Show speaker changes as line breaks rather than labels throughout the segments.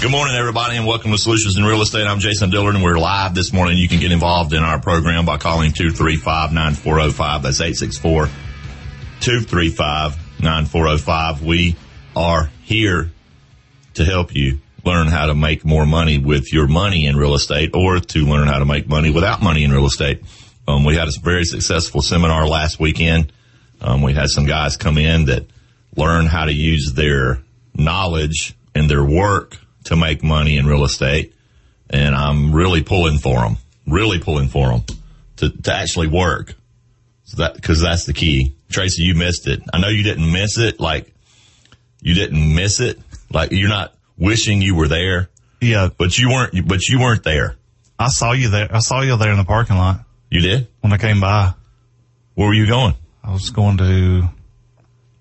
Good morning, everybody, and welcome to Solutions in Real Estate. I'm Jason Dillard, and we're live this morning. You can get involved in our program by calling 235-9405. That's 864-235-9405. We are here to help you learn how to make more money with your money in real estate or to learn how to make money without money in real estate. Um, we had a very successful seminar last weekend. Um, we had some guys come in that learn how to use their knowledge and their work to make money in real estate. And I'm really pulling for them, really pulling for them to, to actually work. So that, cause that's the key. Tracy, you missed it. I know you didn't miss it. Like you didn't miss it. Like you're not wishing you were there,
Yeah,
but you weren't, but you weren't there.
I saw you there. I saw you there in the parking lot
You did?
when I came by.
Where were you going?
I was going to,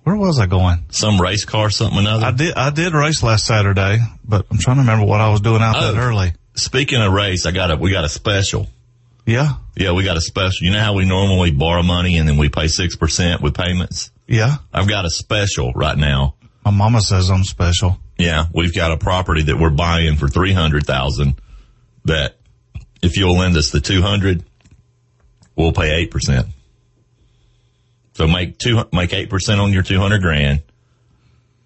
where was I going?
Some race car, something or another?
I did, I did race last Saturday, but I'm trying to remember what I was doing out
Oh.
that early.
Speaking of race, I got a, we got a special.
Yeah.
Yeah, we got a special. You know how we normally borrow money and then we pay 6% with payments?
Yeah.
I've got a special right now.
My mama says I'm special.
Yeah, we've got a property that we're buying for 300,000 that if you'll lend us the 200, we'll pay 8%. So make two, make 8% on your 200 grand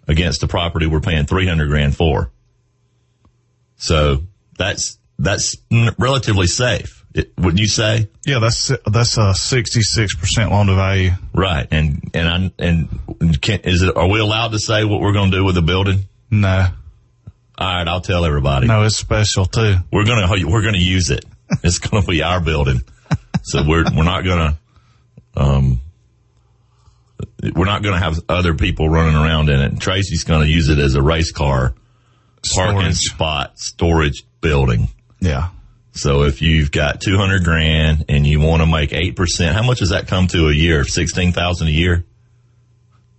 against the property we're paying 300 grand for. So that's, that's n- relatively safe. It, wouldn't you say?
Yeah. That's, that's a 66% loan to value.
Right. And, and I, and can, is it, are we allowed to say what we're going to do with the building?
No,
All right. I'll tell everybody.
no, it's special too.
we're gonna we're gonna use it. It's gonna be our building, so we're we're not gonna um we're not gonna have other people running around in it. Tracy's gonna use it as a race car parking
Storage.
spot storage building.
Yeah.
So if you've got two hundred grand and you want to make eight percent, how much does that come to a year? Sixteen thousand a year.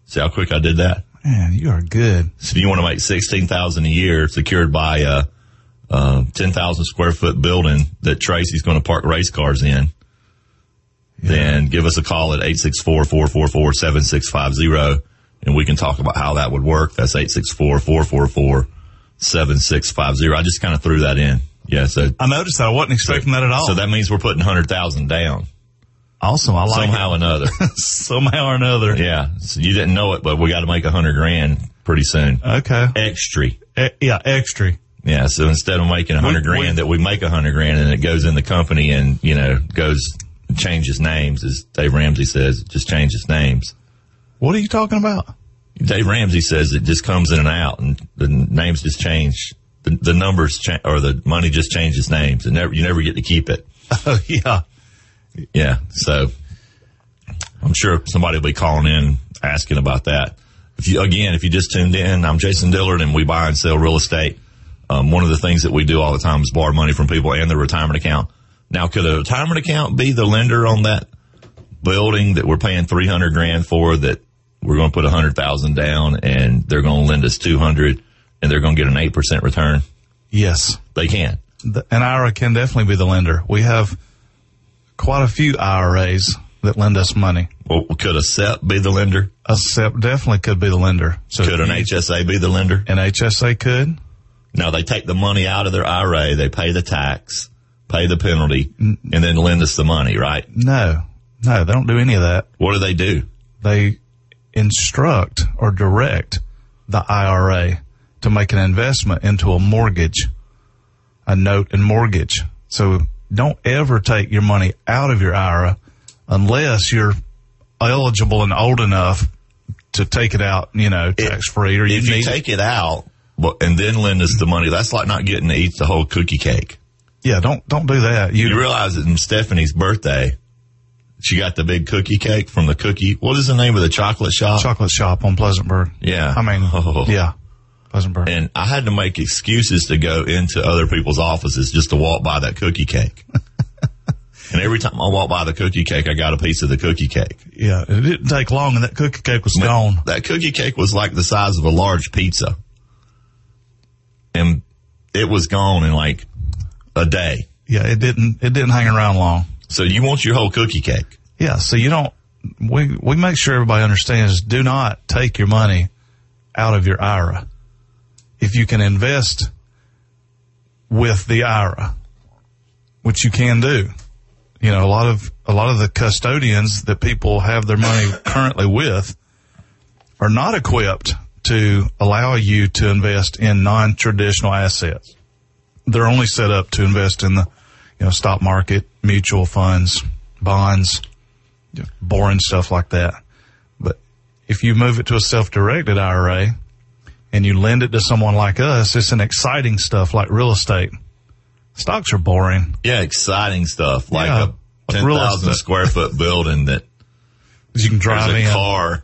See how quick I did that.
Man, you are good.
So if you want to make sixteen thousand a year, secured by a, uh ten thousand square foot building that Tracy's going to park race cars in, then give us a call at 864-444-7650 and we can talk about how that would work. That's 864-444-7650. I just kind of threw that in. Yeah. So,
I noticed that I wasn't expecting that at all.
so that means we're putting 100,000 down
awesome. I like
somehow or another.
it. somehow or another.
yeah. So you didn't know it, but we got to make 100 grand pretty soon.
Okay.
Extra.
E- yeah. Extra.
Yeah. So instead of making a hundred
We- we-
grand that we make a hundred grand and it goes in the company and, you know, goes changes names as Dave Ramsey says, it just changes names.
What are you talking about?
Dave Ramsey says it just comes in and out and the names just change. The, the numbers cha- or the money just changes names and never, you never get to keep it.
Oh yeah.
Yeah. So I'm sure somebody will be calling in asking about that. If you, again, if you just tuned in, I'm Jason Dillard and we buy and sell real estate. Um, one of the things that we do all the time is borrow money from people and their retirement account. Now, could a retirement account be the lender on that building that we're paying 300 grand for that we're going to put 100,000 down and they're going to lend us 200 and they're going to get an 8% return?
Yes.
They can.
The, an IRA can definitely be the lender. We have quite a few IRAs that lend us money.
Well, could a SEP be the lender?
A SEP definitely could be the lender. So
Could an HSA be the lender?
an HSA could.
No, they take the money out of their IRA, they pay the tax, pay the penalty, and then lend us the money, right?
No, no, they don't do any of that.
What do they do?
They instruct or direct the IRA to make an investment into a mortgage, a note and mortgage. So don't ever take your money out of your IRA unless you're eligible and old enough to take it out, you know, tax free or you
If
need
you
it.
take it out but- and then lend us the money, that's like not getting to eat the whole cookie cake.
Yeah, don't don't do that. You,
You realize that in Stephanie's birthday, she got the big cookie cake from the cookie. What is the name of the chocolate shop?
chocolate shop on Pleasantburg.
yeah.
I mean,
Oh.
yeah, Pleasantburg.
And I had to make excuses to go into other people's offices just to walk by that cookie cake. and every time I walked by the cookie cake, I got a piece of the cookie cake.
yeah, it didn't take long, and that cookie cake was gone.
That cookie cake was like the size of a large pizza. And it was gone in like a day.
Yeah, it didn't. It didn't hang around long.
So you want your whole cookie cake.
Yeah, so you don't. We we make sure everybody understands. Do not take your money out of your IRA. If you can invest with the IRA, which you can do. You know, a lot of, a lot of the custodians that people have their money currently with are not equipped to allow you to invest in non-traditional assets. They're only set up to invest in the, you know, stock market, mutual funds, bonds, boring stuff like that. But if you move it to a self-directed IRA and you lend it to someone like us, it's an exciting stuff like real estate. Stocks are boring.
Yeah, exciting stuff like
Yeah,
a
like
ten
real
thousand
estate.
square foot building that
'Cause You can
there's
drive
a
in.
car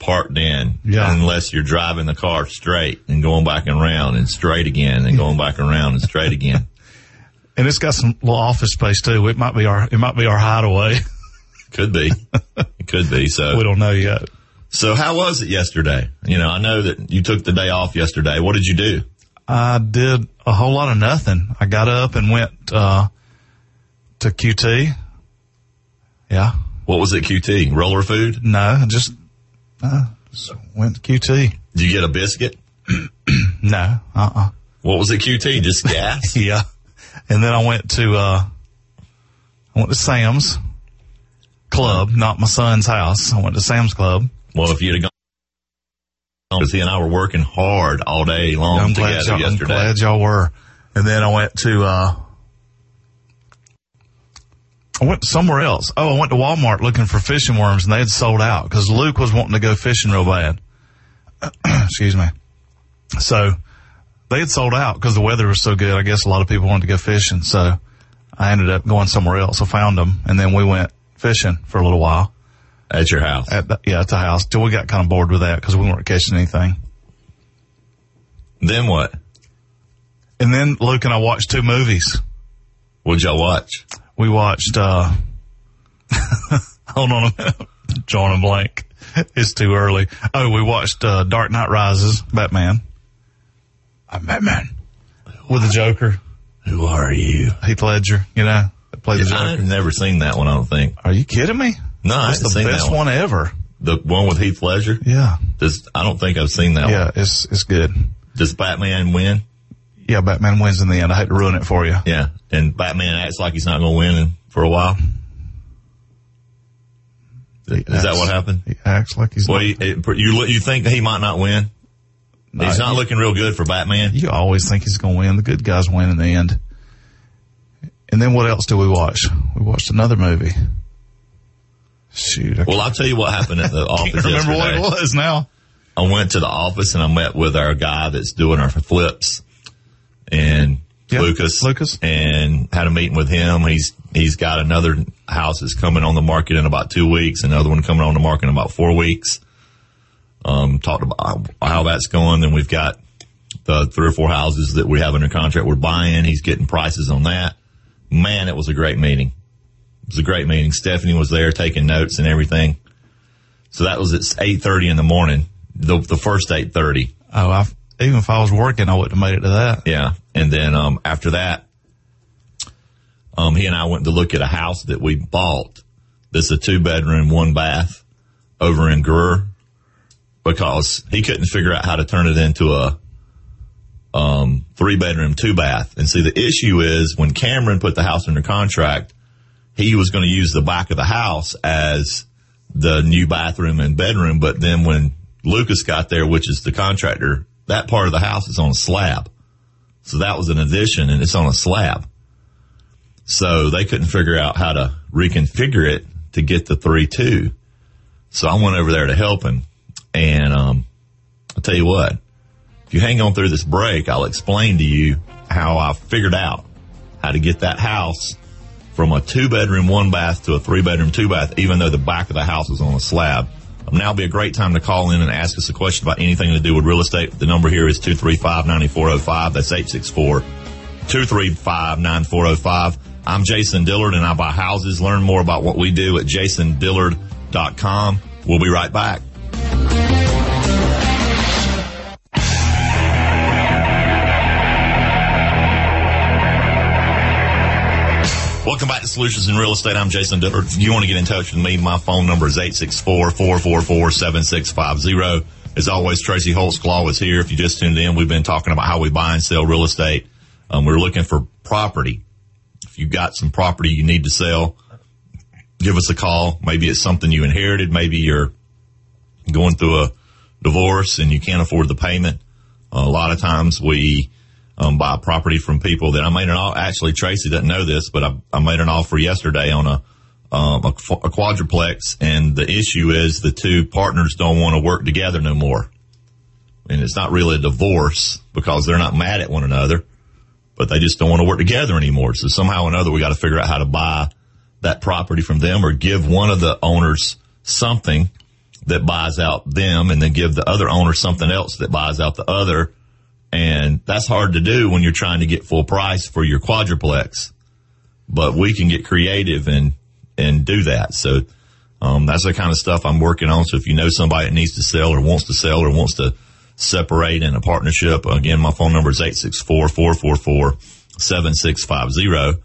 parked in.
Yeah.
Unless you're driving the car straight and going back and around and straight again and going back around and straight again.
And it's got some little office space too. It might be our, it might be our hideaway.
Could be. It could be.
we
So,
don't know yet.
so how was it yesterday? You know, I know that you took the day off yesterday. What did you do?
I did a whole lot of nothing. I got up and went, uh, to QT. Yeah.
What was it? QT roller food?
No, I just, uh, just went to QT.
Did you get a biscuit?
No, uh-uh.
What was it? QT just gas.
Yeah. And then I went to, uh, I went to Sam's club, not my son's house. I went to Sam's club.
Well, if you'd have gone, because he and I were working hard all day long
I'm glad,
together
y'all, I'm
yesterday.
glad y'all were. And then I went to, uh, I went somewhere else. Oh, I went to Walmart looking for fishing worms and they had sold out because Luke was wanting to go fishing real bad. Excuse me. So they had sold out because the weather was so good. I guess a lot of people wanted to go fishing. So I ended up going somewhere else. I found them and then we went fishing for a little while
At your house.
at the, yeah, at the house till we got kind of bored with that because we weren't catching anything.
Then what?
And then Luke and I watched two movies.
What'd y'all watch?
we watched uh hold on a minute drawing a blank it's too early oh we watched uh dark knight rises batman i'm batman with the joker
Who are you?
heath ledger you know that played the
I've
joker
never seen that one, I don't think.
are you kidding me
No, I
that's
haven't
the
seen
best
that one.
one. ever
The one with Heath Ledger?
yeah
Does, I don't think I've seen that one.
yeah it's it's good
Does Batman win?
yeah batman wins in the end i hate to ruin it for you
Yeah. And Batman acts like he's not going to win in- for a while. Is that what happened?
he acts like he's
Well, you, it, you, you think he might not win?
Uh,
He's not looking real good for Batman.
you always think he's going to win. The good guys win in the end. And then what else do we watch? We watched another movie. Shoot, I
Well, I'll tell you what happened at the office
can't remember what
yesterday.
it was now.
I went to the office and I met with our guy that's doing our flips and
Yeah,
Lucas.
Lucas.
And had a meeting with him. He's, he's got another house that's coming on the market in about two weeks, another one coming on the market in about four weeks. Um, talked about how that's going. Then we've got the three or four houses that we have under contract we're buying. He's getting prices on that. Man, it was a great meeting. It was a great meeting. Stephanie was there taking notes and everything. So that was at eight thirty in the morning. The the first eight thirty.
Oh, I, even if I was working, I wouldn't have made it to that.
Yeah. And then um after that, um he and I went to look at a house that we bought that's a two bedroom, one bath over in Greer because he couldn't figure out how to turn it into a um three bedroom, two bath. And see the issue is when Cameron put the house under contract, he was going to use the back of the house as the new bathroom and bedroom. But then when Lucas got there, which is the contractor, that part of the house is on a slab. So that was an addition and it's on a slab. So they couldn't figure out how to reconfigure it to get the three two. So I went over there to help him. And, um, I'll tell you what, if you hang on through this break, I'll explain to you how I figured out how to get that house from a two bedroom, one bath to a three bedroom, two bath, even though the back of the house is on a slab. Um, now would be a great time to call in and ask us a question about anything to do with real estate. The number here is 235-9405. That's 864-235-9405. I'm Jason Dillard and I buy houses. Learn more about what we do at jasondillard.com. We'll be right back. Welcome back to Solutions in Real Estate. I'm Jason Dillard. If you want to get in touch with me, my phone number is 864-444-7650. As always, Tracy Holtzclaw is here. If you just tuned in, we've been talking about how we buy and sell real estate Um, we're looking for property. If you got some property you need to sell, give us a call. Maybe it's something you inherited. Maybe you're going through a divorce and you can't afford the payment. Uh, a lot of times we um, buy property from people that I made an offer. Actually, Tracy doesn't know this, but I, I made an offer yesterday on a, um, a, a quadruplex and the issue is the two partners don't want to work together no more. And it's not really a divorce because they're not mad at one another, but they just don't want to work together anymore. So somehow or another, we got to figure out how to buy that property from them or give one of the owners something that buys out them and then give the other owner something else that buys out the other. And that's hard to do when you're trying to get full price for your quadruplex, but we can get creative and, and do that. So, um, that's the kind of stuff I'm working on. So if you know somebody that needs to sell or wants to sell or wants to separate in a partnership, again, my phone number is 864-444-7650.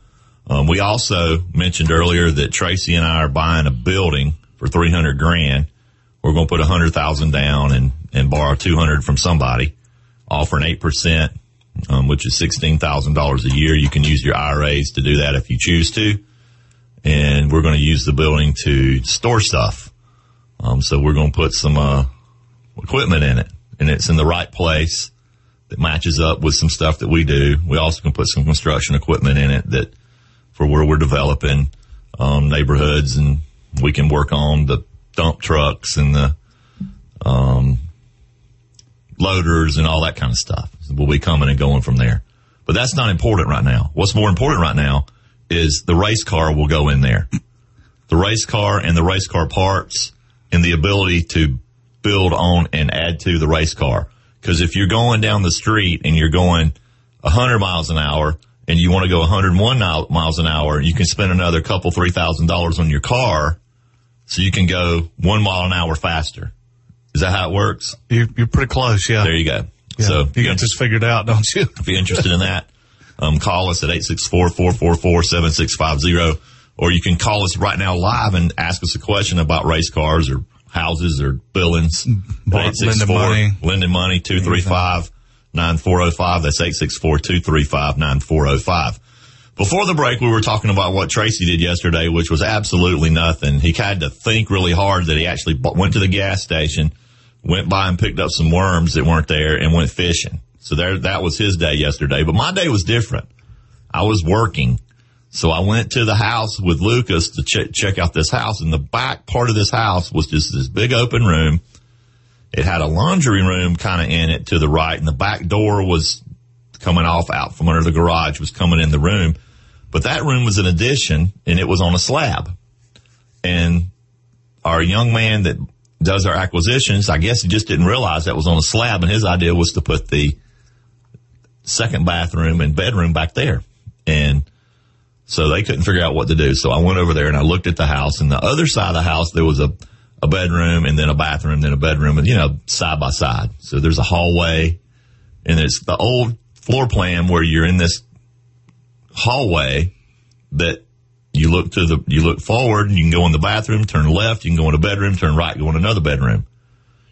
Um, we also mentioned earlier that Tracy and I are buying a building for 300 grand we're going to put a hundred thousand down and, and borrow 200 from somebody, offer an 8%, um, which is $16,000 a year. You can use your IRAs to do that if you choose to. And we're going to use the building to store stuff. Um, so we're going to put some, uh, equipment in it and it's in the right place that matches up with some stuff that we do. We also can put some construction equipment in it that for where we're developing, um, neighborhoods and we can work on the dump trucks and the um, loaders and all that kind of stuff will be coming and going from there. But that's not important right now. What's more important right now is the race car will go in there. The race car and the race car parts and the ability to build on and add to the race car. Cause if you're going down the street and you're going 100 miles an hour and you want to go 101 miles an hour, you can spend another couple, $3,000 on your car so you can go one mile an hour faster. Is that how it works?
You're, you're pretty close. Yeah.
There you go.
Yeah.
So
you got this figured out, don't you?
if you're interested in that, um, call us at 864-444-7650 or you can call us right now live and ask us a question about race cars or houses or buildings.
Bar- lending money.
Lending money 235 9405. That's 864 235 9405. Before the break, we were talking about what Tracy did yesterday, which was absolutely nothing. He had to think really hard that he actually bu- went to the gas station, went by and picked up some worms that weren't there and went fishing. So there, that was his day yesterday, but my day was different. I was working. So I went to the house with Lucas to check, check out this house and the back part of this house was just this big open room. It had a laundry room kind of in it to the right and the back door was coming off out from under the garage was coming in the room. But that room was an addition and it was on a slab. And our young man that does our acquisitions, I guess he just didn't realize that was on a slab and his idea was to put the second bathroom and bedroom back there. And so they couldn't figure out what to do. So I went over there and I looked at the house and the other side of the house, there was a, a bedroom and then a bathroom, then a bedroom and you know, side by side. So there's a hallway and it's the old floor plan where you're in this hallway that you look to the, you look forward and you can go in the bathroom, turn left, you can go in a bedroom, turn right, go in another bedroom.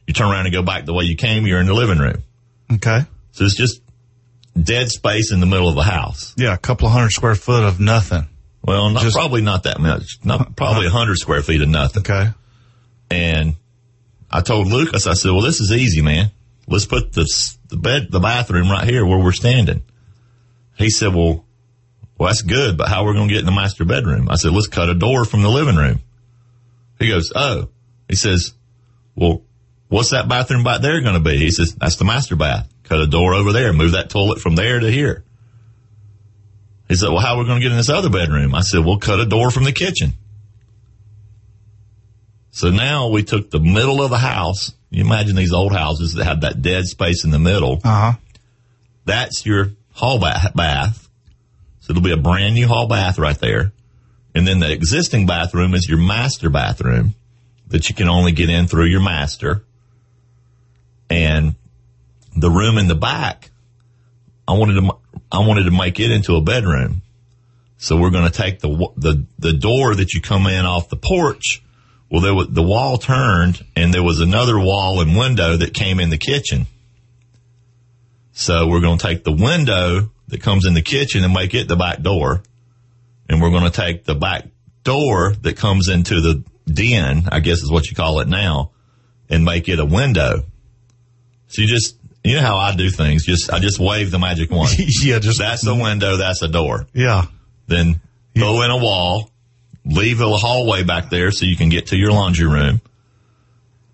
You turn around and go back the way you came, you're in the living room.
Okay.
So it's just dead space in the middle of the house.
Yeah. A couple of hundred square foot of nothing.
Well, not,
Just-
probably not that much, not probably a hundred square feet of nothing.
Okay.
And I told Lucas, I said, well, this is easy, man. Let's put the, s- the bed, the bathroom right here where we're standing. He said, well, well, that's good, but how are we going to get in the master bedroom? I said, let's cut a door from the living room. He goes, oh, he says, well, what's that bathroom back there going to be? He says, that's the master bath. Cut a door over there, move that toilet from there to here. He said, well, how are we going to get in this other bedroom? I said, we'll cut a door from the kitchen. So now we took the middle of the house. You imagine these old houses that have that dead space in the middle.
Uh huh.
That's your hall ba- bath. So it'll be a brand new hall bath right there. And then the existing bathroom is your master bathroom that you can only get in through your master. And the room in the back, I wanted to, m- I wanted to make it into a bedroom. So we're going to take the, wa- the, the door that you come in off the porch. Well, there was, the wall turned and there was another wall and window that came in the kitchen. So we're going to take the window that comes in the kitchen and make it the back door. And we're going to take the back door that comes into the den, I guess is what you call it now, and make it a window. So you just, you know how I do things. Just, I just wave the magic wand.
yeah, just
that's a window. That's a door.
yeah,
Then throw in a wall, leave a hallway back there so you can get to your laundry room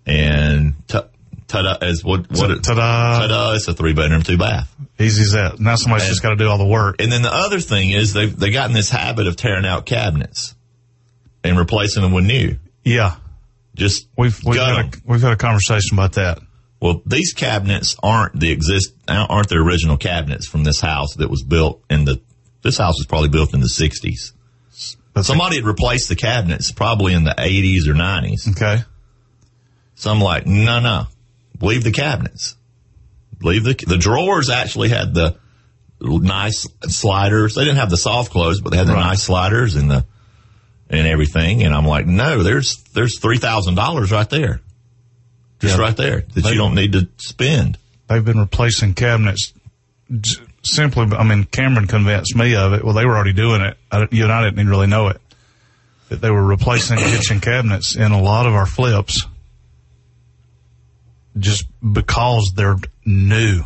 and ta- ta-da is what, what it-
Ta-da.
ta-da. It's a three bedroom, two bath.
easy as that. Now somebody's just got to do all the work.
And then the other thing is they've, they got in this habit of tearing out cabinets and replacing them with new.
Yeah,
Just
we've we've
gut
had
them.
a, we've had a conversation about that.
Well, these cabinets aren't the exist aren't the original cabinets from this house that was built in the. This house was probably built in the '60s.
That's
Somebody had replaced the cabinets probably in the '80s or '90s.
okay.
So I'm like, no, no, leave the cabinets. Leave the the drawers. Actually, had the nice sliders. They didn't have the soft close, but they had the
Right.
nice sliders and the and everything. And I'm like, no, there's there's three thousand dollars right there, just
Yeah.
right there that
They-
you don't need to spend.
They've been replacing cabinets. j- Simply, I mean, Cameron convinced me of it. Well, they were already doing it. I, you and I didn't even really know it. That they were replacing kitchen cabinets in a lot of our flips, just because they're new.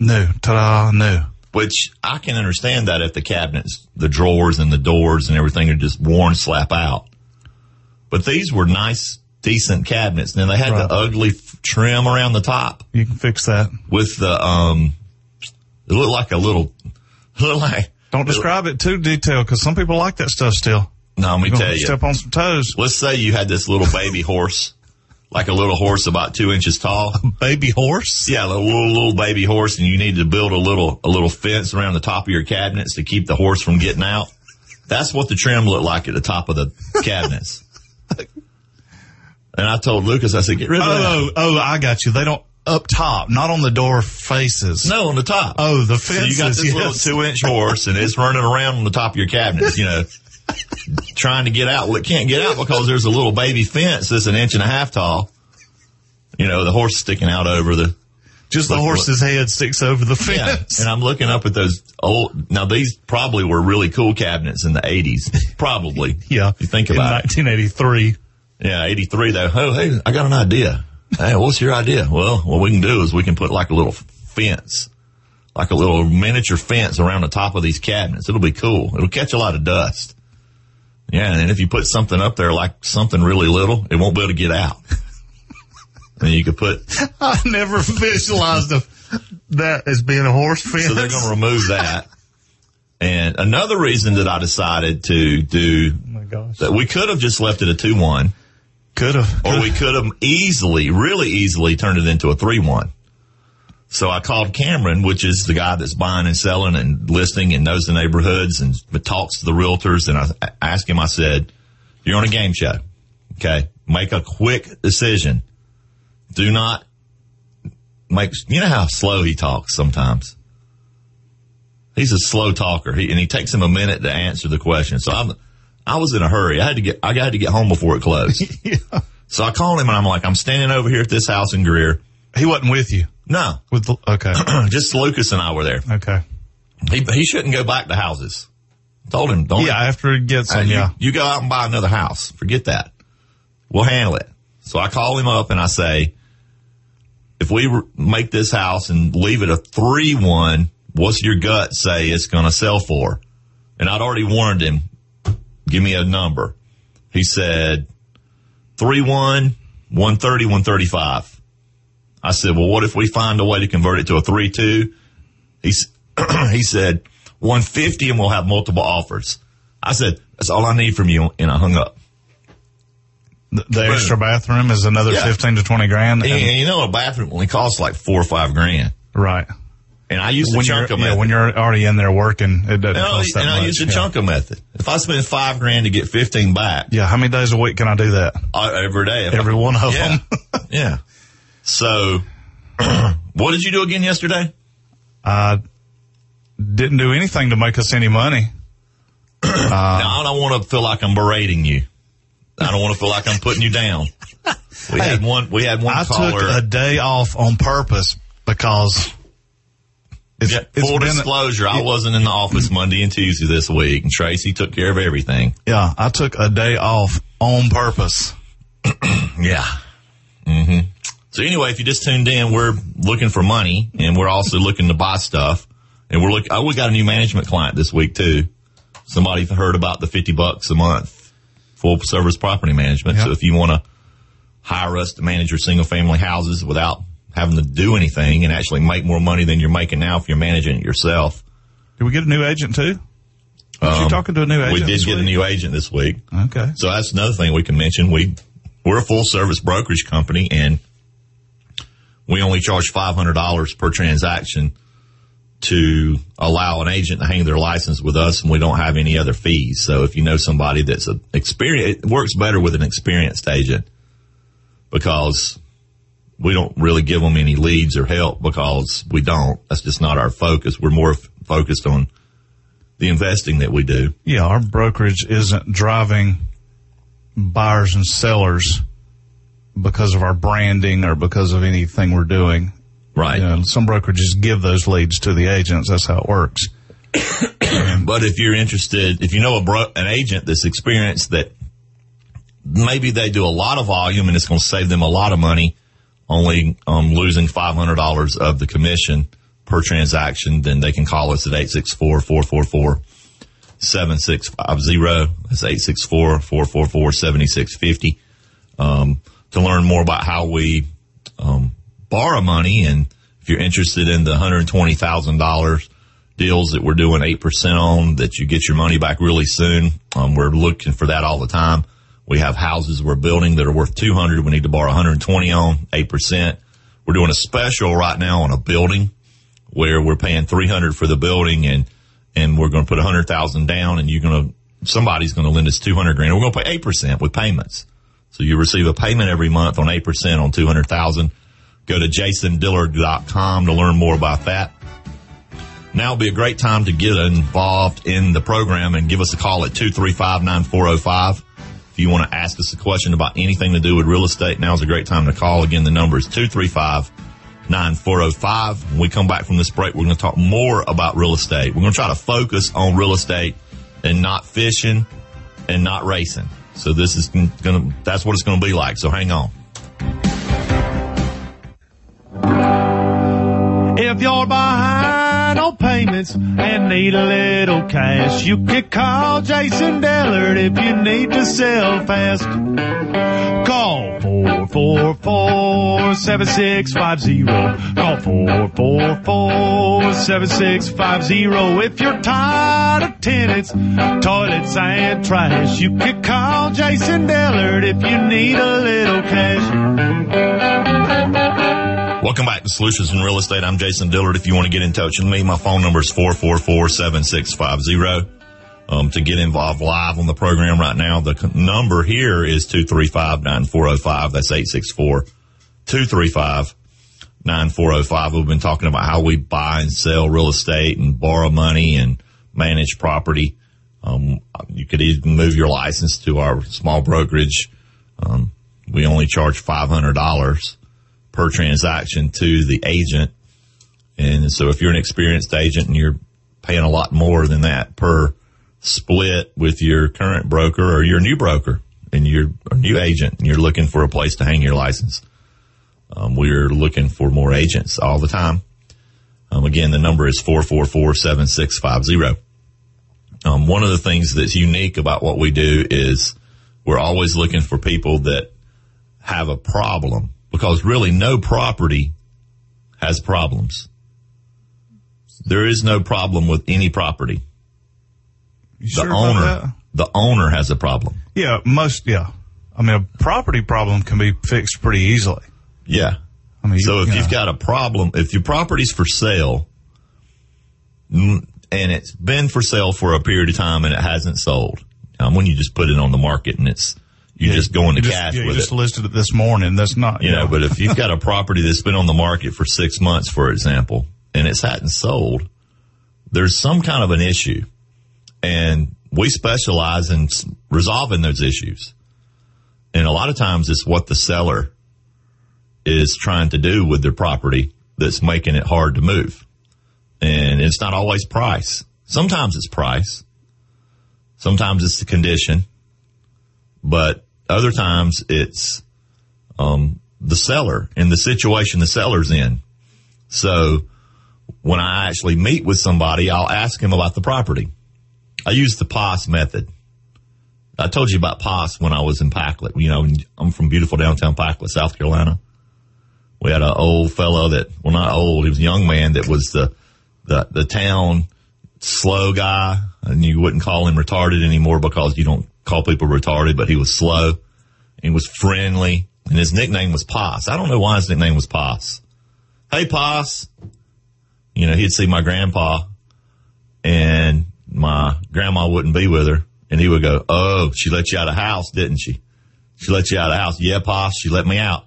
New, ta-da, new.
which I can understand that if the cabinets, the drawers and the doors and everything are just worn slap out. But these were nice, decent cabinets. Now they had
Right.
the ugly f- trim around the top
You can fix that.
with the, um, it looked like a little, looked like,
Don't describe it too detailed because some people like that stuff still.
no, let me
Gonna
tell you,
Step on some toes.
let's say you had this little baby horse, like a little horse about two inches tall.
Baby horse.
Yeah, a little, little baby horse and you need to build a little, a little fence around the top of your cabinets to keep the horse from getting out. That's what the trim looked like at the top of the cabinets. and I told Lucas, I said, get rid of that.
Oh, oh, I got you. They don't up top, not on the door faces.
No, on the top.
Oh, the
so
fences.
you got this little
yes.
two inch horse and it's running around on the top of your cabinets, you know, trying to get out. Well, it can't get out because there's a little baby fence that's an inch and a half tall. You know, the horse sticking out over the,
Just the
Look,
horse's head sticks over the
Yeah.
fence.
And I'm looking up at those old, now these probably were really cool cabinets in the 80s. Probably.
Yeah.
You think about it.
In 1983.
Yeah, 83 though. Oh, hey, I got an idea. Hey, what's your idea? Well, what we can do is we can put like a little fence, like a little miniature fence around the top of these cabinets. It'll be cool. It'll catch a lot of dust. Yeah. And if you put something up there, like something really little, it won't be able to get out. and you could put, so
I never visualized a, that as being a horse fence.
they're going to remove that. And another reason that I decided to do
oh my gosh.
that we could have just left it a 2-1
Could have.
or we could have easily, really easily turned it into a 3-1. So I called Cameron, which is the guy that's buying and selling and listing and knows the neighborhoods and talks to the realtors. And I I asked him, I said, you're on a game show. Okay. Make a quick decision. Do not make, you know how slow he talks sometimes. He's a slow talker. He, and he takes him a minute to answer the question. So I'm, I was in a hurry. I had to get, I had to get home before it closed. So I called him and I'm like, I'm standing over here at this house in Greer.
He wasn't with you.
No,
With the, okay.
just Lucas and I were there.
okay.
He, he shouldn't go back to houses. Told him, don't
Yeah, after it gets
Uh,
him,
you-
yeah.
You, go out and buy another house. Forget that. We'll handle it. So I call him up and I say, if we re- make this house and leave it a 3-1, what's your gut say it's going to sell for? And I'd already warned him, give me a number. He said, 3-1, 130, 135. I said, well, what if we find a way to convert it to a 3-2? He, s- he said, 150 and we'll have multiple offers. I said, that's all I need from you. And I hung up.
The, the extra bathroom is another
Yeah.
15 to 20 grand.
And,
and-
and you know, a bathroom only costs like four or five grand.
Right.
And I used the
When you're,
chunk
yeah,
method.
when you're already in there working, it doesn't
and I,
cost that
and I
much.
use the
yeah.
chunk method. If I spend five grand to get 15 back
Yeah, how many days a week can I do that?
uh, every day, if I-
Every one of
yeah,
them.
yeah. So what did you do again yesterday?
I didn't do anything to make us any money. Uh,
now I don't want to feel like I'm berating you. I don't want to feel like I'm putting you down. We had one, we had one
I
caller.
took a day off on purpose because It's,
Yeah,
it's
full
been a-
disclosure, I wasn't in the office Monday and Tuesday this week, and Tracy took care of everything.
yeah, I took a day off on purpose.
Yeah. hmm So anyway, if you just tuned in, we're looking for money, and we're also looking to buy stuff, and we're look. Oh, we got a new management client this week too. Somebody heard about the fifty bucks a month full service property management. So
Yeah.
if you want to hire us to manage your single family houses without having to do anything and actually make more money than you're making now if you're managing it yourself,
Did we get a new agent too? Was you talking to a new agent?
we did
this
get a
week?
new agent this week.
Okay.
So that's another thing we can mention. We we're a full service brokerage company, and we only charge five hundred dollars per transaction to allow an agent to hang their license with us, and we don't have any other fees. So if you know somebody that's a experience, it works better with an experienced agent because we don't really give them any leads or help because we don't. That's just not our focus. We're more f- focused on the investing that we do.
Yeah, our brokerage isn't driving buyers and sellers because of our branding or because of anything we're doing.
Right.
You know, some brokerages give those leads to the agents. That's how it works.
But if you're interested, if you know a bro- an agent that's experienced that maybe they do a lot of volume and it's going to save them a lot of money, only um, losing $500 of the commission per transaction, then they can call us at 864-444-7650. That's 864-444-7650. Um, to learn more about how we, um, borrow money. And if you're interested in the $120,000 deals that we're doing 8% on, that you get your money back really soon. Um, we're looking for that all the time. We have houses we're building that are worth 200. We need to borrow 120 on 8%. We're doing a special right now on a building where we're paying 300 for the building and, and we're going to put 100,000 down and you're going to, somebody's going to lend us 200 grand. We're going to pay 8% with payments. So you receive a payment every month on 8% on 200,000. Go to jasondillard.com to learn more about that. Now would be a great time to get involved in the program and give us a call at 235-9405. If you want to ask us a question about anything to do with real estate, now's a great time to call. Again, the number is 235-9405. When we come back from this break, we're going to talk more about real estate. We're going to try to focus on real estate and not fishing and not racing. So this is going to, that's what it's going to be like. So hang on.
If you're behind on payments and need a little cash, you can call Jason Dellard if you need to sell fast. Call 444-7650. Call 444-7650. If you're tired of tenants, toilets, and trash, you can call Jason Dellard if you need a little cash.
Welcome back to Solutions in Real Estate. I'm Jason Dillard. If you want to get in touch with me, my phone number is 444-7650. Um, to get involved live on the program right now, the c- number here is 235-9405. That's 864-235-9405. We've been talking about how we buy and sell real estate and borrow money and manage property. Um, you could even move your license to our small brokerage. Um, we only charge $500 per transaction to the agent. And so if you're an experienced agent and you're paying a lot more than that per split with your current broker or your new broker and you're a new agent and you're looking for a place to hang your license, um, we're looking for more agents all the time. Um, again, the number is 444-7650. Um, one of the things that's unique about what we do is we're always looking for people that have a problem because really no property has problems. There is no problem with any property. The
You sure about that?
owner, the owner has a problem.
Yeah, most, yeah. I mean, a property problem can be fixed pretty easily.
Yeah.
I mean,
So
you-
if
you
you've
know,
got a problem, if your property's for sale mm, and it's been for sale for a period of time and it hasn't sold, um, when you just put it on the market and it's, you just go into
you just,
cash
yeah, you
with it.
just listed it this morning. That's not,
you know, but if you've got a property that's been on the market for six months, for example, and it's hadn't sold, there's some kind of an issue and we specialize in s- resolving those issues. And a lot of times it's what the seller is trying to do with their property that's making it hard to move. And it's not always price. Sometimes it's price. Sometimes it's the condition, but other times it's, um, the seller and the situation the seller's in. So when I actually meet with somebody, I'll ask him about the property. I use the POS method. I told you about POS when I was in Paclet. You know, I'm from beautiful downtown Paclet, South Carolina. We had an old fellow that, well, not old, he was a young man that was the, the, the town slow guy and you wouldn't call him retarded anymore because you don't call people retarded, but he was slow. He was friendly and his nickname was POS. I don't know why his nickname was POS. Hey, POS. You know, he'd see my grandpa and my grandma wouldn't be with her and he would go, Oh, she let you out of the house, didn't she? She let you out of the house. Yeah, Pa, she let me out.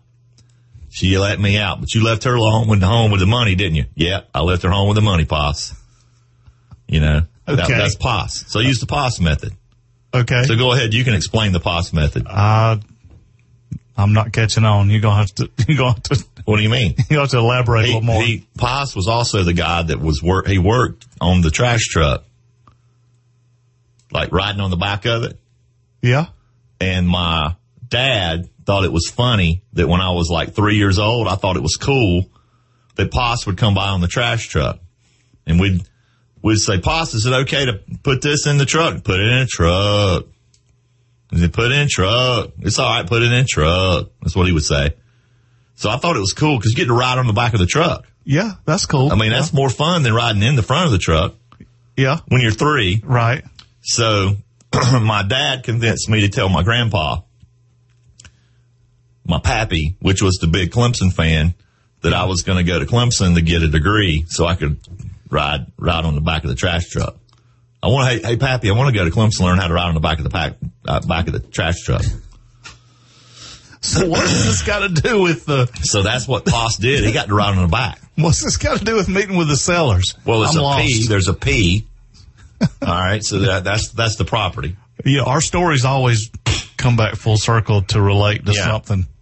She let me out, but you left her home with the home with the money, didn't you? Yeah, I left her home with the money, Pops. You know, that-
Okay.
that's Pops. So use the Pops method.
Okay.
So go ahead. You can explain the Pops method.
I, I'm not catching on. You're gonna have to, you're gonna have to,
What do you mean?
you have to elaborate a
He,
little more.
he Pops was also the guy that was work. He worked on the trash truck, like riding on the back of it.
yeah.
and my dad thought it was funny that when I was like three years old, I thought it was cool that Poss would come by on the trash truck and we'd, we'd say, Poss, is it okay to put this in the truck? Put it in a truck. He said, put it in truck. It's all right. Put it in truck. That's what he would say. So I thought it was cool because you get to ride on the back of the truck.
Yeah. That's cool.
I mean, that's more fun than riding in the front of the truck
yeah.
when you're three.
Right.
So my dad convinced me to tell my grandpa, my pappy, which was the big Clemson fan, that I was going to go to Clemson to get a degree so I could ride, ride on the back of the trash truck. I want to, hey, hey pappy, I want to go to Clemson, learn how to ride on the back of the pack, uh, back of the trash truck.
So what's this got to do with the,
So that's what Poss did. He got to ride on the back.
what's this got to do with meeting with the sellers?
Well, it's
I'm
a P.
lost.
There's a P. All right. So that, that's, that's the property.
Yeah. Our stories always come back full circle to relate to
Yeah.
something.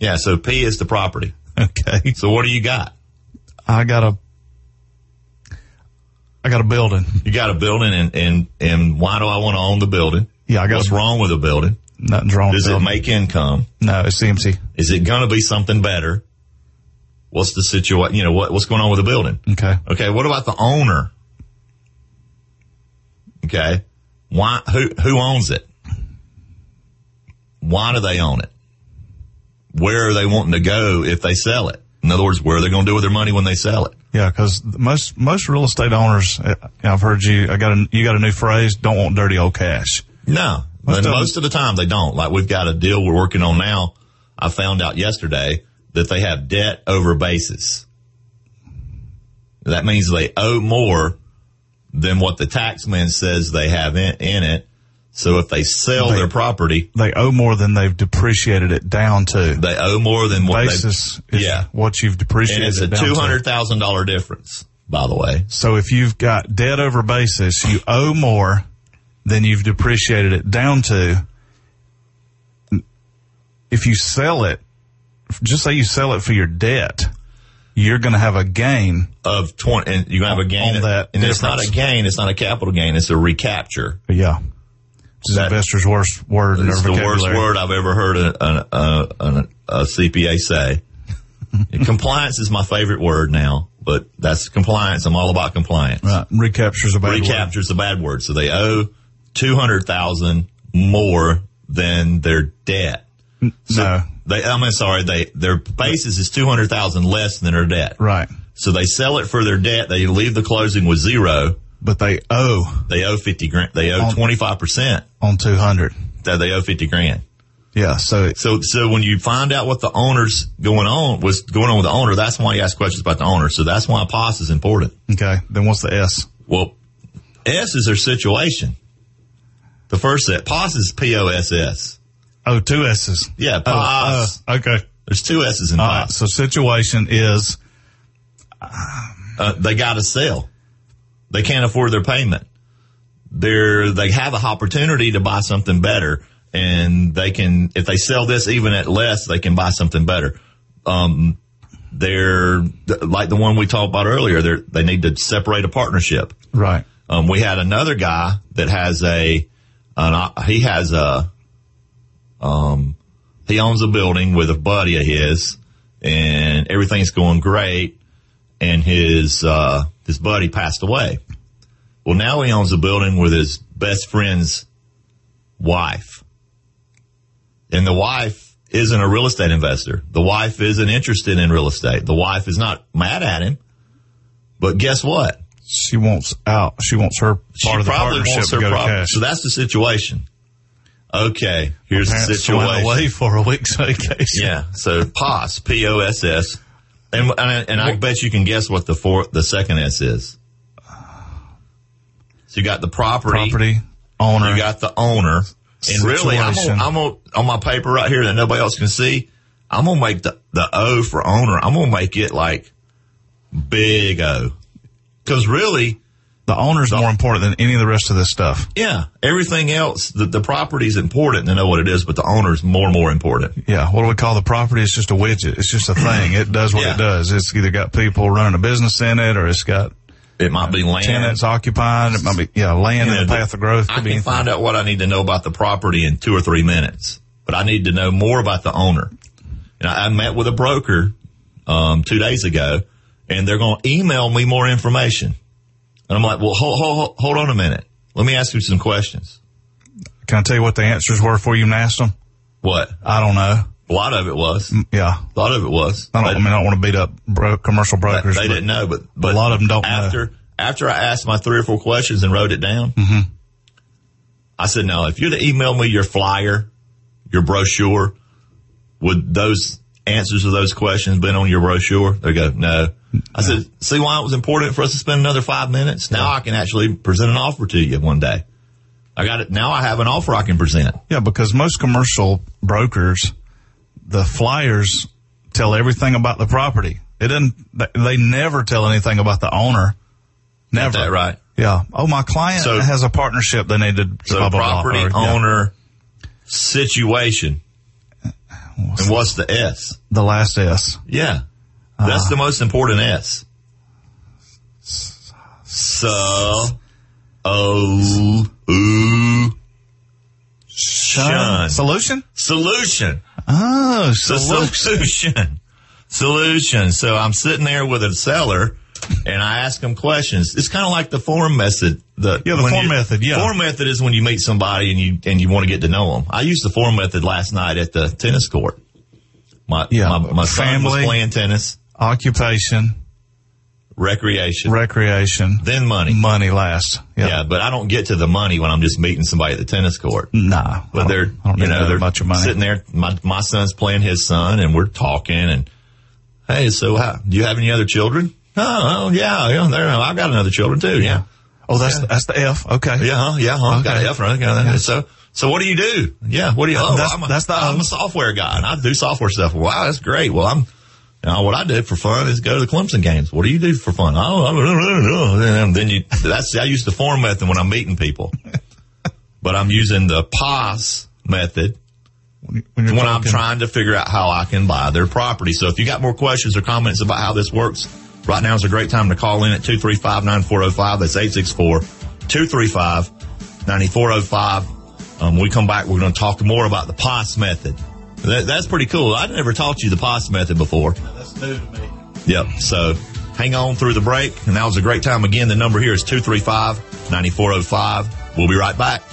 Yeah. So P is the property.
Okay.
So what do you got?
I got a, I got a building.
You got a building and, and, and why do I want to own the building?
Yeah. I got
What's
a,
wrong with a building?
nothing's wrong. with
Does it
building.
make income?
No, it's empty.
Is it going to be something better? What's the situation? You know, what, what's going on with the building?
Okay.
Okay. What about the owner? Okay. Why, who, who owns it? Why do they own it? Where are they wanting to go if they sell it? In other words, where are they going to do with their money when they sell it?
Yeah, because most most real estate owners, uh, I've heard you. I got a you got a new phrase. Don't want dirty old cash.
No,
Most
most,
of 'em-
most of the time they don't. Like we've got a deal we're working on now. I found out yesterday that they have debt over basis. That means they owe more than what the taxman says they have in, in it. So if they sell
They-
their property,
They owe more than they've depreciated it down to.
they owe more than what
Basis
they
is
yeah.
what you've
And
depreciated.
it's a
down to.
two hundred thousand dollar difference, by the way.
So if you've got debt over basis, you owe more than you've depreciated it down to. If you sell it, just say you sell it for your debt, you're going to have a gain.
Of twenty, and you have a gain,
On that
and it's not a
difference.
gain. It's not a capital gain. It's a recapture.
Yeah, which is
That-
investors' worst word. in their
It's the worst
vocabulary.
word I've ever heard a, a, a, a, a CPA say. compliance is my favorite word now, but that's compliance. I'm all about compliance.
Right. Uh, Recaptures a bad word.
Recapture's a bad word. So they owe 200,000 more than their debt. So
No.
They, I'm sorry, they, their basis is 200,000 less than their debt.
Right.
So they sell it for their debt. They leave the closing with zero.
But they owe
They owe 50 grand. They owe
On-
25%
on 200.
that they owe 50 grand.
Yeah. So it,
So, so when you find out what the owner's going on, what's going on with the owner, that's why you ask questions about the owner. So that's why POS is important.
okay. Then what's the S?
Well, S is their situation. The first set. POS is P-O-S-S.
Oh, two S's.
Yeah,
Oh,
POS.
uh, okay.
There's two S's in
All right.
POS.
So situation is
Uh, they got to sell. They can't afford their payment. They're, they have an opportunity to buy something better and they can, if they sell this even at less, they can buy something better. Um, they're like the one we talked about earlier. They they need to separate a partnership.
Right.
Um, we had another guy that has a, an, uh, he has a, um, he owns a building with a buddy of his and everything's going great. And his, uh, his buddy passed away. Well, now he owns a building with his best friend's wife. And the wife isn't a real estate investor. The wife isn't interested in real estate. The wife is not mad at him. But guess what?
She wants out. She wants her part
She
of the
probably
partnership
wants
to
her
go to
problem.
cash.
So that's the situation. Okay, here's the
Parents went
situation.
away for a week's vacation.
Yeah. So POSS, P O S S, and and, I- and I bet you can guess what the four, the second S is. So you got the property,
Property owner.
you got the owner, and really, I'm gonna,
Situation.
I'm gonna, on my paper right here that nobody else can see. I'm gonna make the the O for owner. I'm gonna make it like big O, because really,
the owner's more important than any of the rest of this stuff.
yeah, everything else, the the property's important to know what it is, but the owner's more and more important.
Yeah, what do we call the property? It's just a widget. It's just a thing. It does what
Yeah.
it does. It's either got people running a business in it, or it's got
It might be land.
tenants occupying. It might be yeah, land
Yeah,
in the
but
path of growth. Could
I
be
can
anything.
find out what I need to know about the property in two or three minutes, but I need to know more about the owner. And I, I met with a broker um, two days ago, and they're going to email me more information. And I'm like, well, hold, hold, hold on a minute. Let me ask you some questions.
Can I tell you what the answers were for you and asked them?
What?
I don't know.
A lot of it was.
Yeah,
A lot of it was.
Mm. I don't. I
They-
mean, I don't want to beat up bro- commercial brokers.
they
but
didn't know, but, but
A lot of them don't
after,
know.
After I asked my three or four questions and wrote it down,
Mm-hmm.
I said, no, if you'd email me your flyer, your brochure, would those answers to those questions been on your brochure? They go, no. I said, see why it was important for us to spend another five minutes? Now I can actually present an offer to you one day. I got it. Now I have an offer I can present.
Yeah, because most commercial brokers, the flyers tell everything about the property. It doesn't. They, they never tell anything about the owner. Never.
that right?
Yeah. Oh, my client
So-
has a partnership. They need to
So
blah, blah, blah,
property
or, yeah.
owner situation. And what's the S?
the last S.
Yeah. That's the most important S. So, oh, ooh, shun.
Solution?
Solution.
Oh,
The
solution.
solution. Solution. So I'm sitting there with a seller and I ask them questions. It's kind of like the form method. The,
Yeah, the
when
form
you-
method, yeah.
Form method is when you meet somebody and you, and you want to get to know them. I used the form method last night at the tennis court. My,
Yeah,
my, my son was
family.
playing tennis,
Occupation,
recreation,
recreation,
then money.
money last. Yeah.
Yeah, but I don't get to the money when I'm just meeting somebody at the tennis court.
Nah. I
But
don't-
they're,
I don't
you
really
know, they're
much of money.
sitting there. My my son's playing his son, and we're talking. And hey, so how, do you have any other children? Oh, oh, yeah, yeah. There, I got another children too. Yeah,
oh, that's, that's the F. Okay.
yeah, huh, yeah. Huh, Got an
Okay.
F right? got an- So, so what do you do? Yeah, what do you? Oh,
That's-
I'm a,
that's the-
I'm a software guy, and I do software stuff. Wow, that's great. Well, I'm. You know, what I do for fun is go to the Clemson games. What do you do for fun? Oh, I and then you, that's, I use the form method when I'm meeting people, but I'm using the POS method
When, you're
when I'm
talking-
trying to figure out how I can buy their property. So if you got more questions or comments about how this works, right now is a great time to call in at 235-9405. That's 864-235-9405. Um, when we come back, we're going to talk more about the POS method. That, that's pretty cool. I never taught you the POS method before.
That's new to me.
Yep. So hang on through the break. And that was a great time. Again, the number here is 235-9405. We'll be right back.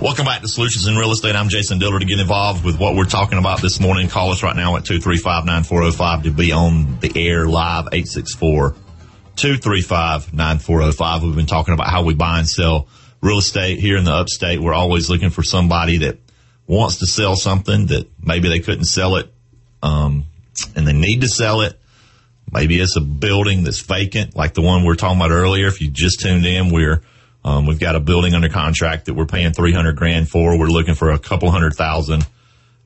Welcome back to Solutions in Real Estate. I'm Jason Diller to get involved with what we're talking about this morning. Call us right now at 235-9405 to be on the air live 864 235-9405. We've been talking about how we buy and sell real estate here in the upstate. We're always looking for somebody that wants to sell something that maybe they couldn't sell it, um, and they need to sell it. Maybe it's a building that's vacant, like the one we were talking about earlier. If you just tuned in, we're, um, we've got a building under contract that we're paying 300 grand for. We're looking for a couple hundred thousand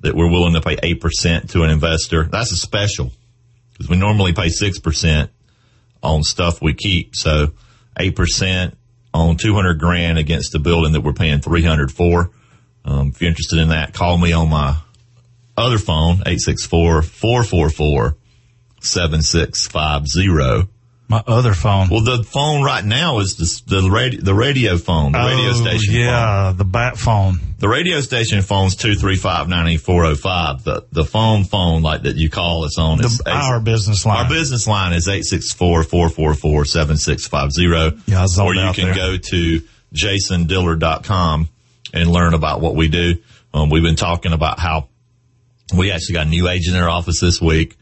that we're willing to pay 8% to an investor. That's a special because we normally pay 6% on stuff we keep. So 8% on 200 grand against the building that we're paying 300 for. Um, if you're interested in that, call me on my other phone, 864-444-7650.
My other phone.
Well, the phone right now is this, the radio, the radio phone, the radio
Oh,
station phone.
Yeah, the bat phone.
The radio station phone's 235-9405. The, the phone phone like that you call us on is
The, our business line.
Our business line is 864-444-7650.
Yeah, I zoned
Or you
out
can
there.
go to jasondiller.com and learn about what we do. Um, we've been talking about how we actually got a new agent in our office this week.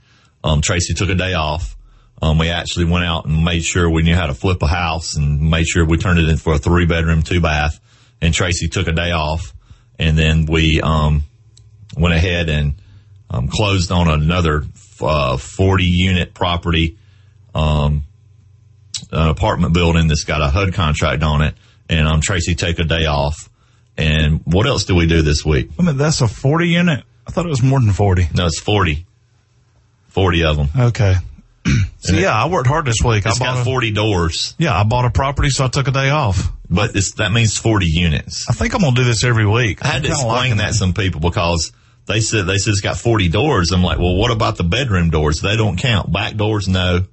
Um, Tracy took a day off. Um, we actually went out and made sure we knew how to flip a house and made sure we turned it in for a three bedroom, two bath. And Tracy took a day off and then we, um, went ahead and, um, closed on another, uh, 40 unit property, um, an apartment building that's got a HUD contract on it. And, um, Tracy took a day off. And what else do we do this week?
I mean, that's a 40 unit. I thought it was more than 40.
No, it's 40. 40 of them.
Okay. so
And it-
yeah, I worked hard this week. I
It's
bought
got
a,
40 doors,
yeah, I bought a property, so I took a day off.
but it's, that means 40 units.
I think I'm gonna do this every week.
I had to
I'm kinda liking
explain that to some people because they said, they said it's got 40 doors. I'm like, well, what about the bedroom doors? They don't count. Back doors, no.
it.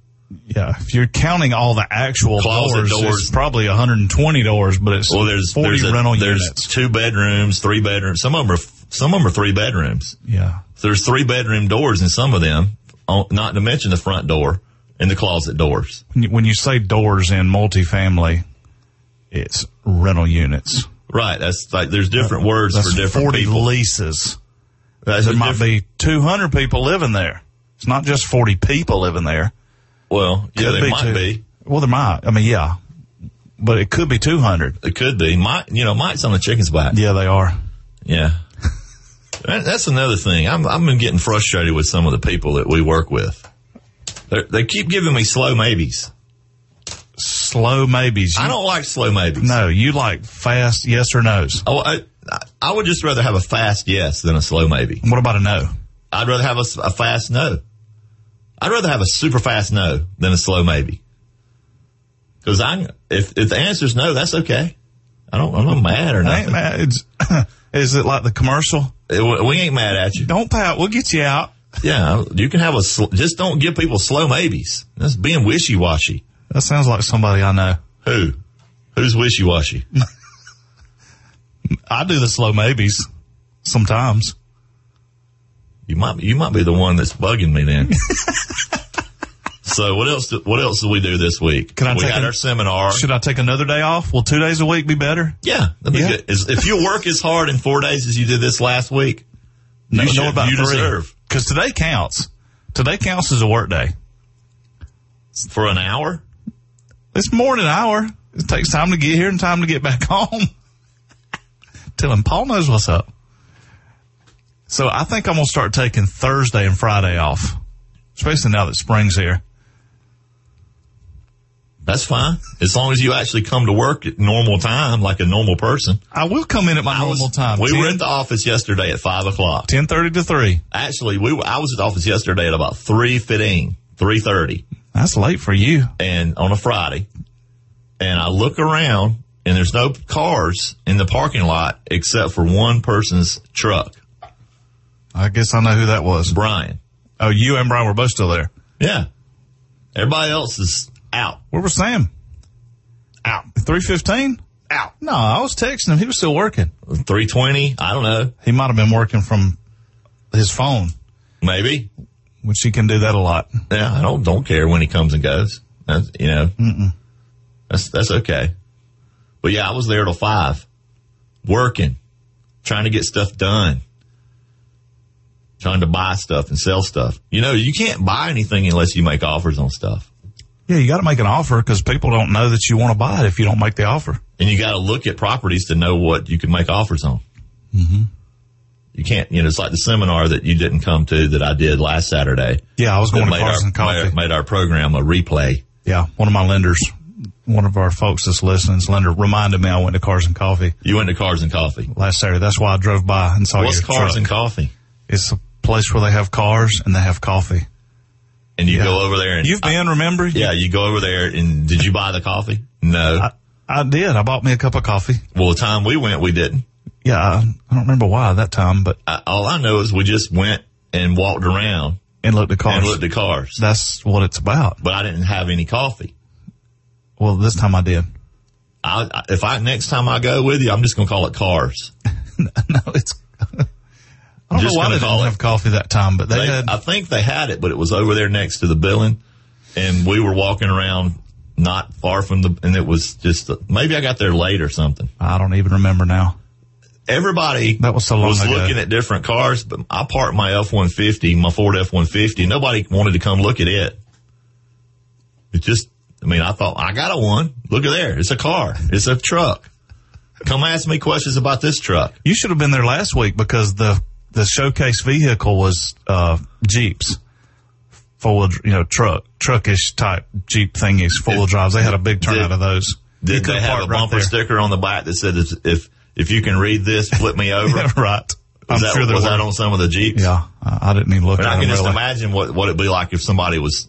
Yeah, if you're counting all the actual
Closet
doors,
doors.
it's probably 120 doors, but it's
Well, there's,
40
there's, a-
rental
there's
units.
two bedrooms, three bedrooms. Some of them are, some of them are three bedrooms.
Yeah,
So there's three bedroom doors in some of them, on- not to mention the front door and the closet doors.
when you, when you say doors in multifamily, it's rental units.
Right. That's like, there's different words
That's
for different
40
people.
leases.
That's a
There might
different-
be 200 people living there. It's not just 40 people living there.
well, yeah,
Could
they might
two-
be.
Well, there might. I mean, yeah, but it could be 200.
It could be. Mike, you know, Mike's on the chicken's back.
Yeah, they are.
Yeah. That- That's another thing. I'm, I've been getting frustrated with some of the people that we work with. They're, they keep giving me slow maybes.
Slow maybes.
I don't like slow maybes.
No, you like fast yes or no's.
Oh, I, I- I would just rather have a fast yes than a slow maybe.
What about a no?
I'd rather have a, s- a fast no. I'd rather have a super fast no than a slow maybe. Cause I, if, if the answer's no, that's okay. I don't, I'm not mad or
I ain't
nothing.
mad. It's- is it like the commercial?
We we ain't mad at you.
Don't pout. We'll get you out.
Yeah, you can have a sl- just don't give people slow maybes. That's being wishy washy.
That sounds like somebody I know.
Who? Who's wishy washy?
I do the slow maybes sometimes.
You might you might be the one that's bugging me then. so what else? Do, what else do we do this week?
Can I
we
take
got
an-
our seminar.
Should I take another day off? Will two days a week be better?
yeah, that'd be
Yeah.
good. Is- If you work as hard in four days as you did this last week, you should, you deserve
Because today counts. Today counts as a work day.
for an hour.
It's more than an hour. It takes time to get here and time to get back home. Tell him Paul knows what's up. So I think I'm gonna start taking Thursday and Friday off, especially now that spring's here.
That's fine as long as you actually come to work at normal time, like a normal person.
I will come in at my
I was-
normal time.
We
10,
were at the office yesterday at five o'clock.
10:30 to three.
Actually, we were, I was at the office yesterday at about 3.15, 3.30
That's late for you.
and on a Friday and I look around and there's no cars in the parking lot except for one person's truck,
I guess I know who that was.
Brian.
Oh, you and Brian were both still there.
Yeah. Everybody else is out,
Where was Sam?
out,
Three fifteen?
out.
No, I was texting him. He was still working.
320. I don't know.
He might have been working from his phone,
Maybe.
which he can do that a lot.
Yeah. I don't, don't care when he comes and goes. That's, you know, that's, that's okay. But yeah, I was there till five working, trying to get stuff done, trying to buy stuff and sell stuff. You know, you can't buy anything unless you make offers on stuff.
Yeah, you got to make an offer because people don't know that you want to buy it if you don't make the offer.
And you got to look at properties to know what you can make offers on. You can't, you know, it's like the seminar that you didn't come to that I did last Saturday.
Yeah, I was going
that
to
made our,
Carson Coffee.
made, made our program a replay.
yeah, one of my lenders, one of our folks that's listening's lender reminded me I went to Carson Coffee
You went to Cars and Coffee.
last Saturday. That's why I drove by and saw
What's
your
Cars
Oh, truck.
and Coffee?
it's a place where they have cars and they have coffee.
And you go over there and
You've been, remember?
yeah, you go over there and did you buy the coffee? No.
I, I did. I bought me a cup of coffee.
Well, the time we went, we didn't.
Yeah, I, I don't remember why that time, but
I, all I know is we just went and walked around
and looked at cars.
and looked at cars,
That's what it's about.
but I didn't have any coffee.
Well, this time I did.
I, I- if I next time I go with you, I'm just gonna call it cars.
no, it's. I don't
Just
know why
gonna
they
call
didn't
it-
have coffee that time, but they,
They-
had.
I think they had it, but it was over there next to the building, and we were walking around not far from the, and it was just maybe I got there late or something.
I don't even remember now.
Everybody
That was so long ago.
looking at different cars, but I parked my F one fifty, my Ford F one fifty. Nobody wanted to come look at it. It just, I mean, I thought I got a one. Look at there, it's a car, it's a truck. Come ask me questions about this truck.
You should have been there last week because the the showcase vehicle was uh, Jeeps, four wheel, you know, truck truckish type Jeep thingies, four wheel
Did-
drives. They had a big turnout of those. You
Did
could
they have a
parked right
bumper
there.
sticker on the back that said, "If if, if you can read this, flip me over"?
Yeah, right. I'm
Was, that,
sure there
was
were.
that on some of the Jeeps?
Yeah, I, I didn't even look
And I
at
can
them
just
really.
imagine what, what it'd be like if somebody was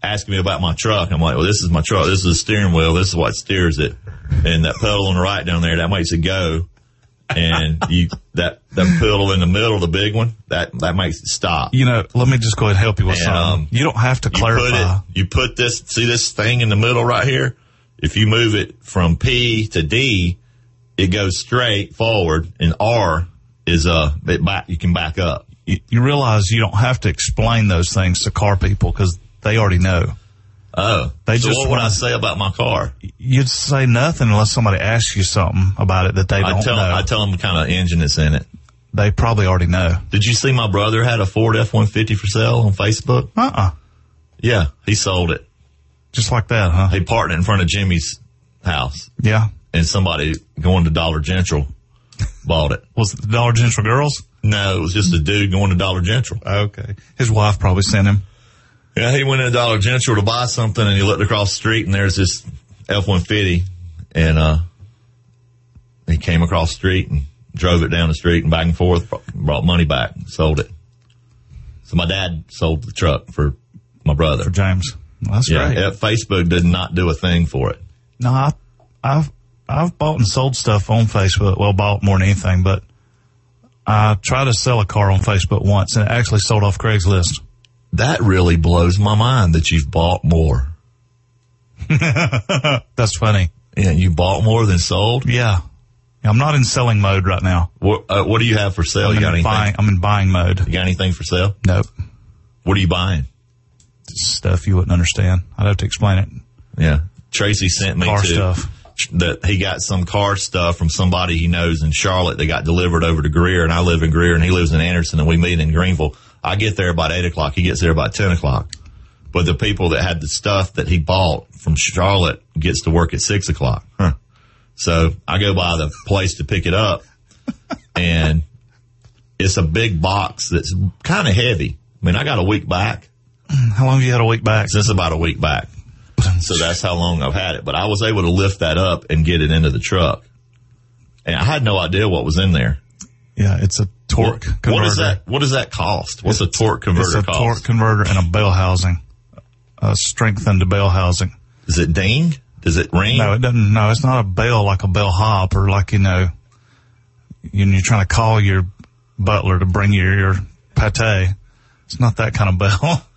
asking me about my truck. I'm like, well, this is my truck. This is the steering wheel. This is what steers it. And that pedal on the right down there, that makes it go. And you, that, that pedal in the middle, the big one, that, that makes it stop.
You know, let me just go ahead and help you with
And,
something.
um,
you don't have to
You put
clarify.
it, you put this, see this thing in the middle right here? If you move it from P to D, it goes straight forward and R is, uh, it back, you can back up.
You, you realize you don't have to explain those things to car people because they already know.
Oh,
They
so
just
what would I
wanna-
say about my car?
You'd say nothing unless somebody asks you something about it that they don't
I tell
know.
I tell them the kind of engine that's in it.
they probably already know.
Did you see my brother had a Ford F one fifty for sale on Facebook?
Uh uh
Yeah, he sold it.
Just like that, huh?
He parked it in front of Jimmy's house,
Yeah.
and somebody going to Dollar General bought it.
Was it the Dollar General Girls?
No, it was just a dude going to Dollar General.
Okay. His wife probably sent him.
Yeah, he went into Dollar General to buy something, and he looked across the street, and there's this F one fifty, and uh, he came across the street and drove it down the street and back and forth, br- brought money back, and sold it. So my dad sold the truck for my brother.
James. Well, that's
Yeah,
great.
yeah, Facebook did not do a thing for it.
No, I, I've I've bought and sold stuff on Facebook. Well, bought more than anything, but I tried to sell a car on Facebook once, and it actually sold off Craigslist.
That really blows my mind that you've bought more.
That's funny.
Yeah, you bought more than sold.
Yeah. Yeah, I'm not in selling mode right now.
What, uh, what do you have for sale?
I'm
you
in
got anything?
buying. I'm in buying mode.
You got anything for sale?
Nope.
What are you buying?
Stuff you wouldn't understand. I'd have to explain it.
Yeah, Tracy sent me
Car
to
stuff.
that he got some car stuff from somebody he knows in Charlotte. They got delivered over to Greer, and I live in Greer, and he lives in Anderson, and we meet in Greenville. I get there about eight o'clock. He gets there about ten o'clock. But the people that had the stuff that he bought from Charlotte gets to work at six o'clock. Huh. So I go by the place to pick it up, and it's a big box that's kind of heavy. I mean, I got a week back
How long have you had a week back?
since about a week back. So that's how long I've had it. But I was able to lift that up and get it into the truck. And I had no idea what was in there.
Yeah, it's a torque
What-
converter.
What is that? What does that cost? What's a torque converter
It's a
cost?
torque converter and a bell housing, a strengthened bell housing.
Is it ding? Does it ring?
No, it doesn't. No, it's not a bell like a bell hop or like you know, you- you're trying to call your butler to bring you your pate. It's not that kind of bell.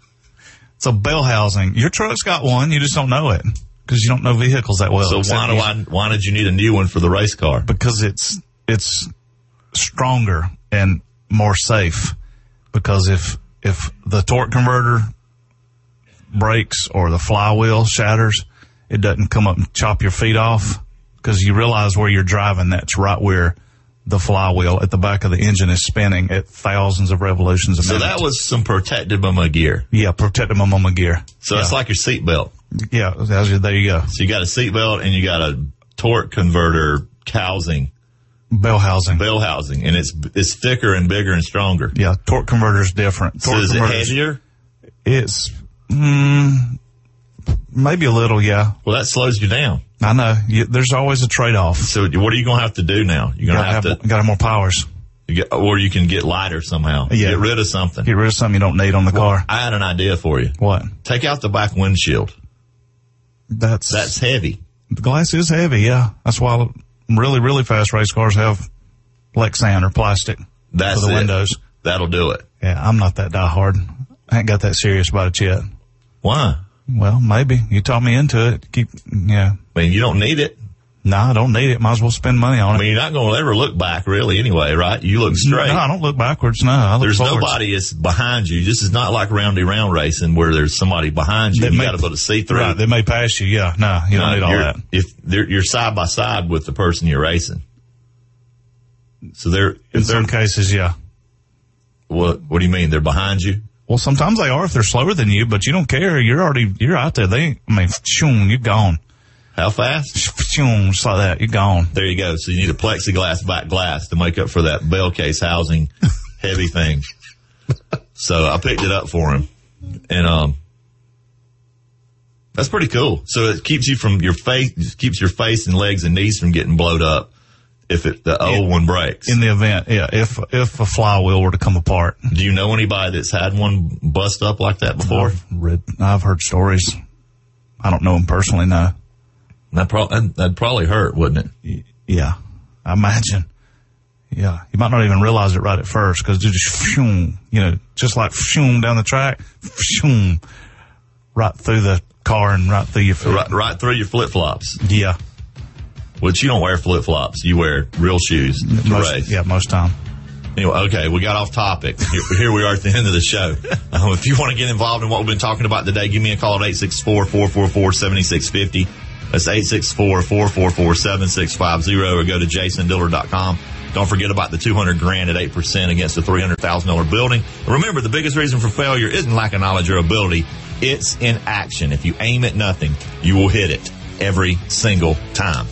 It's a bell housing. Your truck's got one. You just don't know it because you don't know vehicles that well.
so why
Except
do
you-
I? Why did you need a new one for the race car?
Because it's it's stronger and more safe. Because if if the torque converter breaks or the flywheel shatters, it doesn't come up and chop your feet off because you realize where you're driving. That's right where the flywheel at the back of the engine is spinning at thousands of revolutions a
so
minute.
that was some protected by my gear.
yeah, protecting my mama gear.
So it's like your seatbelt.
Yeah, that's- there you go.
So you got a seatbelt and you got a torque converter housing,
Bell housing.
bell housing, and it's it's thicker and bigger and stronger.
Yeah, torque converter's different.
So
Torque
is it
converter's-
heavier?
It's mm, maybe a little, yeah.
Well, that slows you down.
I know. You, there's always a trade off.
So what are you going to have to do now? You're going to
Gotta
have,
have,
to,
gotta have more powers.
you get- or you can get lighter somehow.
Yeah.
Get rid of something.
Get rid of something you don't need on the car.
I had an idea for you.
What?
Take out the back windshield.
That's
That's heavy.
The glass is heavy, yeah. That's why really, really fast race cars have Lexan or plastic
That's
for the
it.
windows.
That'll do it.
Yeah, I'm not that diehard. I ain't got that serious about it yet.
Why?
Well, maybe you taught me into it. Keep, yeah.
I mean, you don't need it.
Nah, I don't need it. Might as well spend money on it.
I mean, you're not going to ever look back really anyway, right? You look straight.
No, I don't look backwards. No, I look
There's
forwards.
nobody that's behind you. This is not like roundy round racing where there's somebody behind you.
That
and you
may-
got to be able to see through.
Right, they may pass you. Yeah, no, you don't
No,
need all
you're,
that.
If they're, you're side by side with the person you're racing, so they're
In
if they're
some cases, yeah.
what? What do you mean? They're behind you?
Well, sometimes they are if they're slower than you, but you don't care. You're already you're out there. They, I mean, shoom, you're gone.
How fast?
Shoom, just like that, you're gone.
There you go. So you need a plexiglass back glass to make up for that bell case housing heavy thing. So I picked it up for him and, um, that's pretty cool. So it keeps you from your face, keeps your face and legs and knees from getting blowed up if it, the old one breaks.
In the event, yeah, if if a flywheel were to come apart,
Do you know anybody that's had one bust up like that before?
I've read, I've heard stories. I don't know them personally. No,
That probably, that'd probably hurt, wouldn't it?
Y- yeah, I imagine. Yeah, you might not even realize it right at first because just shoom, you know, just like shoom down the track, shoom, right through the car and right through your foot.
Right, right through your flip flops,
Yeah,
which you don't wear flip flops. You wear real shoes to race.
most, yeah, most time.
Anyway, okay, we got off topic. Here, here we are at the end of the show. Um, if you want to get involved in what we've been talking about today, give me a call at 864-444-7650. That's 864-444-7650 or go to jasondiller.com. Don't forget about the 200 grand at 8% against the $300,000 building. And Remember, the biggest reason for failure isn't lack of knowledge or ability. It's in action. If you aim at nothing, you will hit it every single time.